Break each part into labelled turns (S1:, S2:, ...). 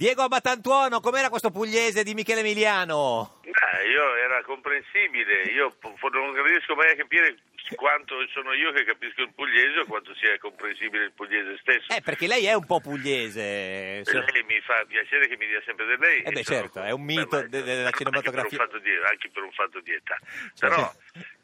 S1: Diego Abatantuono, com'era questo pugliese di Michele Emiliano?
S2: Beh, io era comprensibile, io po- non riesco mai a capire quanto sono io che capisco il pugliese o quanto sia comprensibile il pugliese stesso.
S1: Eh, perché lei è un po' pugliese.
S2: E
S1: signor-
S2: Lei mi fa piacere che mi dia sempre del lei.
S1: Eh beh,
S2: e sono-
S1: certo, è un mito
S2: per me-
S1: de- de- della cinematografia.
S2: Anche per un fatto di, anche per un fatto di età. Però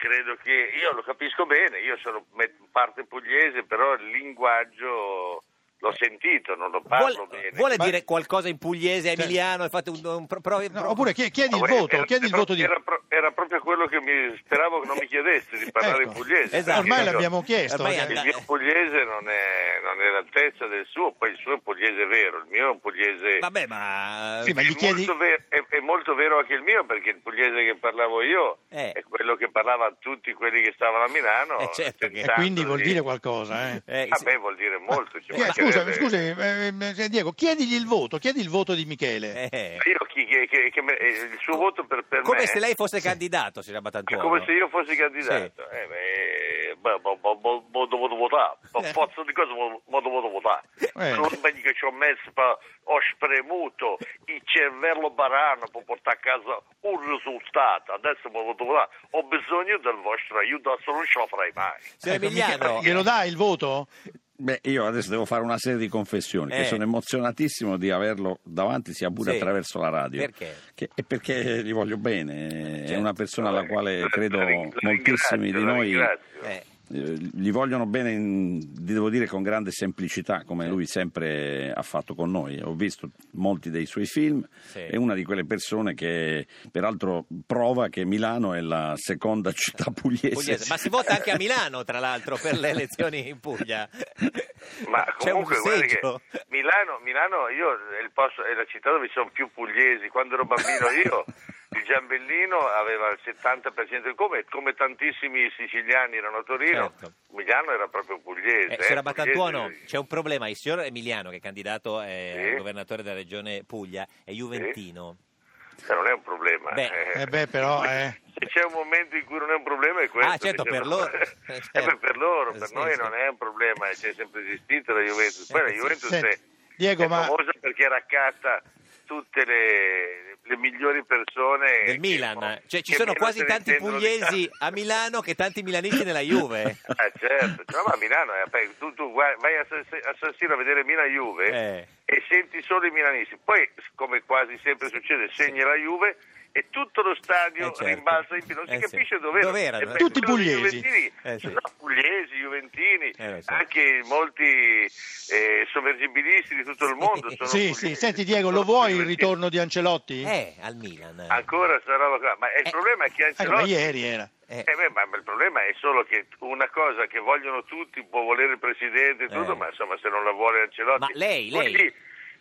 S2: credo che io lo capisco bene, io sono me- parte pugliese, però il linguaggio l'ho sentito, non lo parlo
S1: Vuole,
S2: bene.
S1: vuole
S3: Ma-
S1: dire qualcosa in pugliese a Emiliano e fate un, un pro- pro-
S3: No, oppure chie- chiedi
S2: Ma
S3: il
S2: guarda,
S3: voto,
S2: era-
S3: chiedi il
S2: era-
S3: voto di...
S2: Era, pro- era proprio quello che mi speravo che non mi chiedesse di parlare
S3: Ecco.
S2: in pugliese.
S1: Esatto.
S2: perché
S3: Ormai
S2: io-
S3: l'abbiamo chiesto. eh.
S1: Ormai è
S3: ragazzi.
S2: Il mio pugliese non è, non è all'altezza del suo, poi il suo è un pugliese vero, il mio è un pugliese...
S1: eh, Vabbè, ma...
S3: Sì, ma-
S2: è
S3: gli chiedi-
S2: molto ver- è, è molto vero anche il mio, perché il pugliese che parlavo io
S1: Eh.
S2: è quello che parlava a tutti quelli che stavano a Milano.
S1: Eh, certo che-
S3: E
S2: tentando
S3: quindi vuol
S2: di-
S3: dire qualcosa, eh.
S1: eh,
S2: Ah,
S1: sì.
S2: beh, vuol dire molto. ci
S3: Chi- Scusami,
S2: mancherebbe.
S3: scusami, eh, eh, Diego, chiedigli il voto, chiedi il voto di Michele.
S1: Eh.
S2: Io chi- che- che- che me- eh, il suo voto per, per
S1: Come
S2: me...
S1: se lei fosse candidato, signor
S2: È
S1: Abatantuono.
S2: come se io fossi candidato. Eh, beh, beh, bo- bo- bo- bo- dovuto votare. Po-
S1: Eh.
S2: Forza di cosa mo- mo dovuto votare.
S3: Eh.
S2: Non meglio che ci ho messo, pa- ho spremuto il cervello barano per portare a casa un risultato. Adesso mo dovuto votare. Ho bisogno del vostro aiuto, adesso non ce la farei mai.
S1: Signor
S3: Ecco,
S1: Emiliano...
S3: Michele, glielo dai il voto?
S4: Beh, io adesso devo fare una serie di confessioni,
S1: Eh.
S4: che sono emozionatissimo di averlo davanti, sia pure
S1: Sì.
S4: attraverso la radio.
S1: Perché?
S4: Che- e perché gli voglio bene, eh, è
S1: Certo.
S4: una persona alla quale
S2: La-
S4: credo
S2: la ring- la
S4: moltissimi
S2: Eh, ringrazio,
S4: di
S2: la
S4: noi eh,
S2: ringrazio.
S1: eh,
S4: gli vogliono bene, in- devo dire, con grande semplicità, come lui sempre ha fatto con noi. Ho visto molti dei suoi film,
S1: Sì.
S4: è una di quelle persone che peraltro prova che Milano è la seconda città
S3: Eh,
S4: pugliese.
S1: pugliese. Ma si vota anche a Milano, tra l'altro, per le elezioni in Puglia.
S2: Ma
S1: C'è un
S2: comunque guardi che
S1: seggio.
S2: Milano, Milano io è, il posto- è la città dove ci sono più pugliesi. Quando ero bambino io il Giambellino aveva il 70% del come, come tantissimi siciliani erano a Torino.
S1: Certo.
S2: Milano era proprio pugliese.
S1: Eh, signora
S2: eh, pugliese.
S1: Battantuono, c'è un problema. Il signor Emiliano, che è candidato eh,
S2: Sì.
S1: governatore della regione Puglia, è juventino.
S2: Eh, non è un problema.
S1: Beh.
S2: eh.
S3: Eh beh, però, eh.
S2: Se c'è un momento in cui non è un problema è questo.
S1: Ah, certo,
S2: diciamo.
S1: per loro.
S2: Eh,
S1: Certo.
S2: beh, per loro, per
S1: Sì,
S2: noi
S1: sì.
S2: non è un problema, c'è sempre esistita la Juventus. Poi
S1: Eh,
S2: la
S1: sì.
S2: Juventus
S3: Senti,
S2: è,
S3: Diego,
S2: è
S3: ma-
S2: famosa perché raccatta tutte le, le migliori persone
S1: Del
S2: che-
S1: Milan,
S2: Eh, che
S1: cioè ci sono
S2: meno
S1: quasi
S2: se ne
S1: tanti
S2: intendono di
S1: pugliesi a Milano che tanti milanisti nella Juve.
S2: calcio. Ah, certo, No, ma a Milano è aperto. tu, tu guai- vai a San, a San Siro a vedere Milan Juve
S1: Eh.
S2: e senti solo i milanisti. Poi, come quasi sempre succede, segna la Juve e tutto lo stadio
S1: Eh, certo.
S2: rimbalza in piedi, non si
S1: Eh, sì.
S2: capisce dove
S1: Dove erano, eh?
S3: Tutti pugliesi.
S1: Eh, sì.
S2: No, pugliesi, juventini,
S1: Eh, lo so.
S2: anche molti eh, sommergibilisti di tutto il mondo. Sono
S3: Sì,
S2: pugliesi.
S3: sì, senti Diego,
S2: Sono
S3: lo vuoi il
S2: pugliesi.
S3: ritorno di Ancelotti?
S1: Eh, al Milan.
S2: Ancora sta roba qua, ma il
S1: Eh.
S2: problema è che
S3: Eh, ma
S2: Ancelotti...
S3: ieri era.
S1: Eh,
S2: Eh beh, ma il problema è solo che una cosa che vogliono tutti, può volere il presidente e tutto,
S1: Eh.
S2: ma insomma se non la vuole Ancelotti...
S1: Ma lei,
S2: Poi
S1: lei?
S2: lì,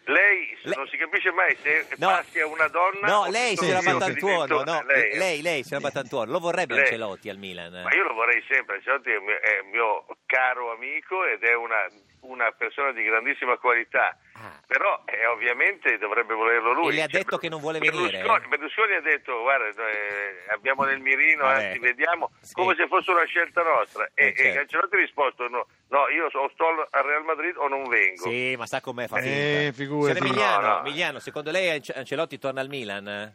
S2: lei,
S1: Le-
S2: non si capisce mai se
S1: No.
S2: passi a una donna...
S1: No,
S2: o
S1: lei,
S2: sono
S1: signora
S2: io che
S1: Battantuono,
S2: divento-
S1: no,
S2: lei, eh.
S1: lei, lei, signora Battantuono, lo vorrebbe
S2: Lei.
S1: Ancelotti al Milan.
S2: Ma io lo vorrei sempre, Ancelotti è mio, è mio caro amico ed è una, una persona di grandissima qualità.
S1: Ah.
S2: Però eh, ovviamente dovrebbe volerlo lui.
S1: E le ha
S2: Cioè,
S1: detto che non vuole
S2: Berlusconi-
S1: venire? eh?
S2: Berlusconi ha detto: Guarda, noi, eh, abbiamo nel mirino,
S1: Vabbè.
S2: anzi, vediamo
S1: Sì.
S2: come se fosse una scelta nostra. E,
S1: Eh, certo.
S2: e Ancelotti ha risposto: No, no, io so- sto al al Real Madrid o non vengo.
S1: Sì, ma sa com'è, fa finta.
S3: Eh, figurati.
S1: Signor Emiliano,
S2: No, no.
S1: Emiliano, secondo lei Ance- Ancelotti torna al Milan?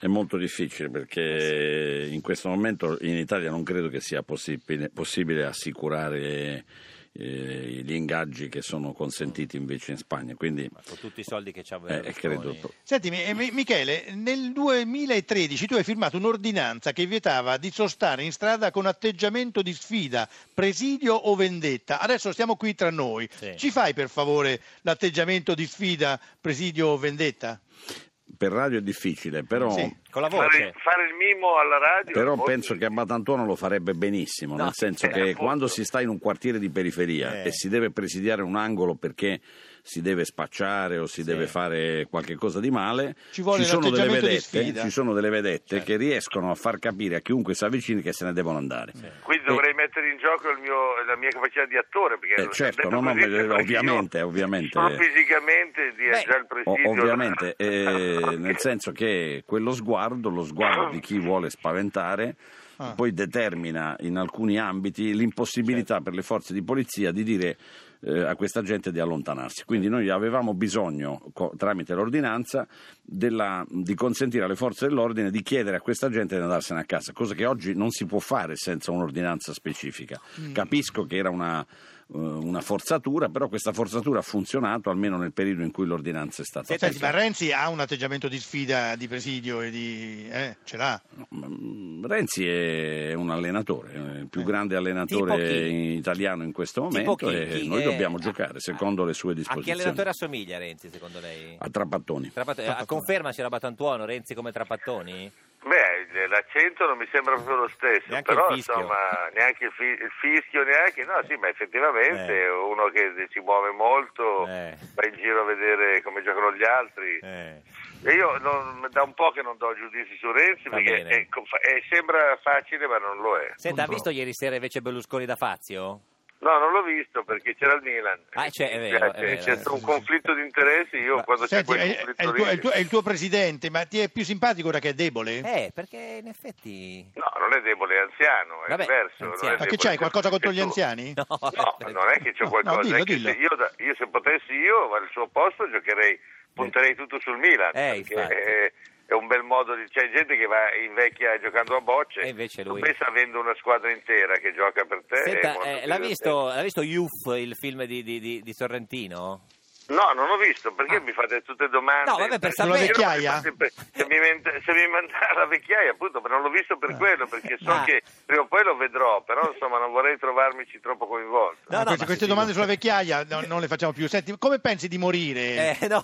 S4: È molto difficile perché in questo momento in Italia non credo che sia possibile, possibile assicurare eh, gli ingaggi che sono consentiti invece in Spagna. Quindi
S1: Ma con tutti i soldi che c'ha
S4: eh, credo.
S1: Berlusconi.
S3: Senti, mi- eh, mi- Michele, nel 2013 tu hai firmato un'ordinanza che vietava di sostare in strada con atteggiamento di sfida, presidio o vendetta. Adesso stiamo qui tra noi.
S1: Sì.
S3: Ci fai per favore l'atteggiamento di sfida, presidio o vendetta?
S4: Per radio è difficile, però,
S3: Sì.
S1: Con la
S2: Fare,
S1: voce.
S2: fare il mimo alla radio.
S4: però
S2: Oh,
S4: penso che Abatantuono lo farebbe benissimo,
S1: No,
S4: nel senso
S2: eh,
S4: che
S2: appunto.
S4: quando si sta in un quartiere di periferia
S1: Eh.
S4: e si deve presidiare un angolo perché si deve spacciare o si deve fare qualche cosa di male,
S3: Ci vuole
S4: sono delle
S3: l'atteggiamento di
S4: vedette,
S3: sfida. Certo.
S4: ci sono delle vedette che riescono a far capire a chiunque si avvicini che se ne devono andare.
S2: Quindi
S4: Eh,
S2: dovrei mettere in gioco il mio- la mia capacità di attore. Perché
S4: Eh,
S2: detto
S4: certo, no, no,
S2: così,
S4: eh,
S2: sembra che
S4: ovviamente,
S2: io
S4: ovviamente. eh.
S2: Sono fisicamente di
S1: Beh,
S2: già il
S4: O-
S2: presidio.
S4: ovviamente, eh, nel senso che quello sguardo, lo sguardo di chi vuole spaventare,
S3: Ah.
S4: poi determina in alcuni ambiti l'impossibilità per le forze di polizia di dire eh, a questa gente di allontanarsi. Quindi noi avevamo bisogno, co- tramite l'ordinanza, della- di consentire alle forze dell'ordine di chiedere a questa gente di andarsene a casa, cosa che oggi non si può fare senza un'ordinanza specifica. Capisco che era una, eh, una forzatura, però questa forzatura ha funzionato almeno nel periodo in cui l'ordinanza è stata
S1: Senta,
S3: Senti, ma
S4: applicata.
S3: Renzi ha un atteggiamento di sfida, di presidio e di... Eh, ce l'ha.
S4: Mm, Renzi è un allenatore, è il più grande
S1: Eh. Tipo
S4: allenatore
S1: chi?
S4: italiano in questo
S1: Tipo
S4: momento
S1: chi?
S4: e
S1: Chi
S4: noi
S1: è- Ah,
S4: dobbiamo giocare secondo le sue
S1: A chi
S4: disposizioni.
S1: allenatore assomiglia Renzi, secondo lei?
S4: A Trapattoni.
S1: Trapattoni- eh,
S3: Trapattoni.
S1: Confermaci la Batantuono, Renzi come Trapattoni?
S2: Beh, l'accento non mi sembra proprio lo stesso,
S1: Neanche
S2: però
S1: il fischio.
S2: insomma, neanche il, fi- il fischio, neanche, no, sì, ma effettivamente
S1: Eh.
S2: uno che si muove
S4: Oh.
S2: molto,
S1: Eh.
S2: va in giro a vedere come giocano gli altri.
S1: Eh.
S2: E io non- da un po' che non do giudizi su Renzi
S1: Va
S2: perché
S1: bene.
S2: è co- fa- è- sembra facile, ma non lo è.
S1: Senta, ha
S3: Non
S1: visto
S3: so.
S1: ieri sera invece Berlusconi da Fazio?
S2: No, non l'ho visto perché c'era il Milan.
S1: Ah, c'è- è
S2: Mi
S1: vero,
S2: piace,
S1: è vero,
S2: c'è
S1: è
S2: stato un
S1: vero.
S2: conflitto di interessi, io
S1: Ma-
S2: quando
S3: Senti,
S2: c'è quel
S3: è, è
S2: conflitto
S3: il
S2: lì-
S3: tuo, è il tuo- è il tuo presidente, ma ti è più simpatico ora che è debole?
S1: Eh, perché in effetti...
S2: No, non è debole, è anziano, è
S1: Vabbè,
S2: diverso. non è
S1: anziano. eh,
S3: ma che
S2: debole, cioè,
S3: c'hai,
S2: sei-
S3: qualcosa contro
S2: sei
S3: gli
S2: tu.
S3: anziani?
S2: No, non è che c'è
S3: No,
S2: qualcosa.
S3: no, dillo,
S2: è che
S3: dillo.
S2: se io, da- io se potessi io al suo posto giocherei, punterei tutto sul Milan.
S1: Eh,
S2: perché
S1: infatti.
S2: è, è un bel modo di. C'è gente che va invecchia giocando a bocce.
S1: E invece lui-
S2: Tu pensa avendo una squadra intera che gioca per te. è
S1: Senta,
S2: molto
S1: eh, l'ha,
S2: divertente.
S1: visto, l'ha visto Youth, il film di, di- di- di Sorrentino?
S2: No, non l'ho visto, perché mi fate tutte domande?
S1: Ah. No, vabbè, per
S2: Perché
S1: sapere.
S2: io non mi
S3: Sulla vecchiaia?
S2: fate- Se mi, ment- se mi mandate la vecchiaia, appunto, ma non l'ho visto per quello, perché so
S1: Ah.
S2: che prima o poi lo vedrò, però insomma non vorrei trovarmici troppo coinvolto.
S1: No,
S3: Ah,
S1: no,
S3: queste
S1: ma
S3: queste
S1: sì,
S3: domande
S1: sì.
S3: sulla vecchiaia no, non le facciamo più. Senti, come pensi di
S1: Eh,
S3: morire?
S1: no,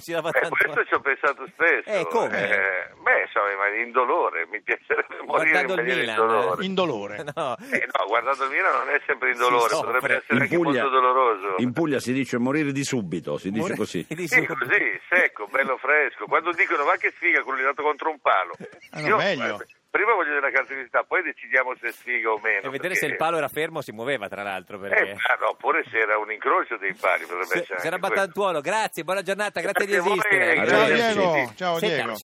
S1: si era
S2: Eh,
S1: fatto...
S2: questo ci ho pensato spesso.
S1: Eh, come?
S2: Eh, beh, insomma, ma in dolore, mi piacerebbe morire in
S1: Guardando il
S2: maniera
S1: Milan, eh.
S2: indolore.
S3: In dolore.
S1: No.
S2: Eh, no, guardando il Milan non è sempre indolore,
S1: Si soffre.
S2: potrebbe essere
S4: In
S2: anche
S4: Puglia-
S2: molto doloroso.
S4: In Puglia si dice morire di subito, si dice così.
S1: Di
S2: Sì,
S1: sicuro.
S2: così, secco, bello fresco. Quando dicono ma che sfiga quello è andato contro un palo.
S1: Eh,
S3: Ah, no, meglio.
S2: guarda, prima voglio della cartellista, poi decidiamo se è sfiga o meno.
S1: E vedere
S2: perché-
S1: se il palo era fermo si muoveva, tra l'altro, perché...
S2: Eh, ma no, oppure se era un incrocio dei pali, potrebbe
S1: Se-
S2: essere.
S1: Sera
S2: anche quello.
S1: Battantuono, grazie, buona giornata, grazie,
S2: Grazie a
S1: di
S2: voi,
S1: esistere.
S2: eh,
S3: Ciao
S2: Arrivederci.
S3: Diego, ciao
S1: Senta,
S3: Diego.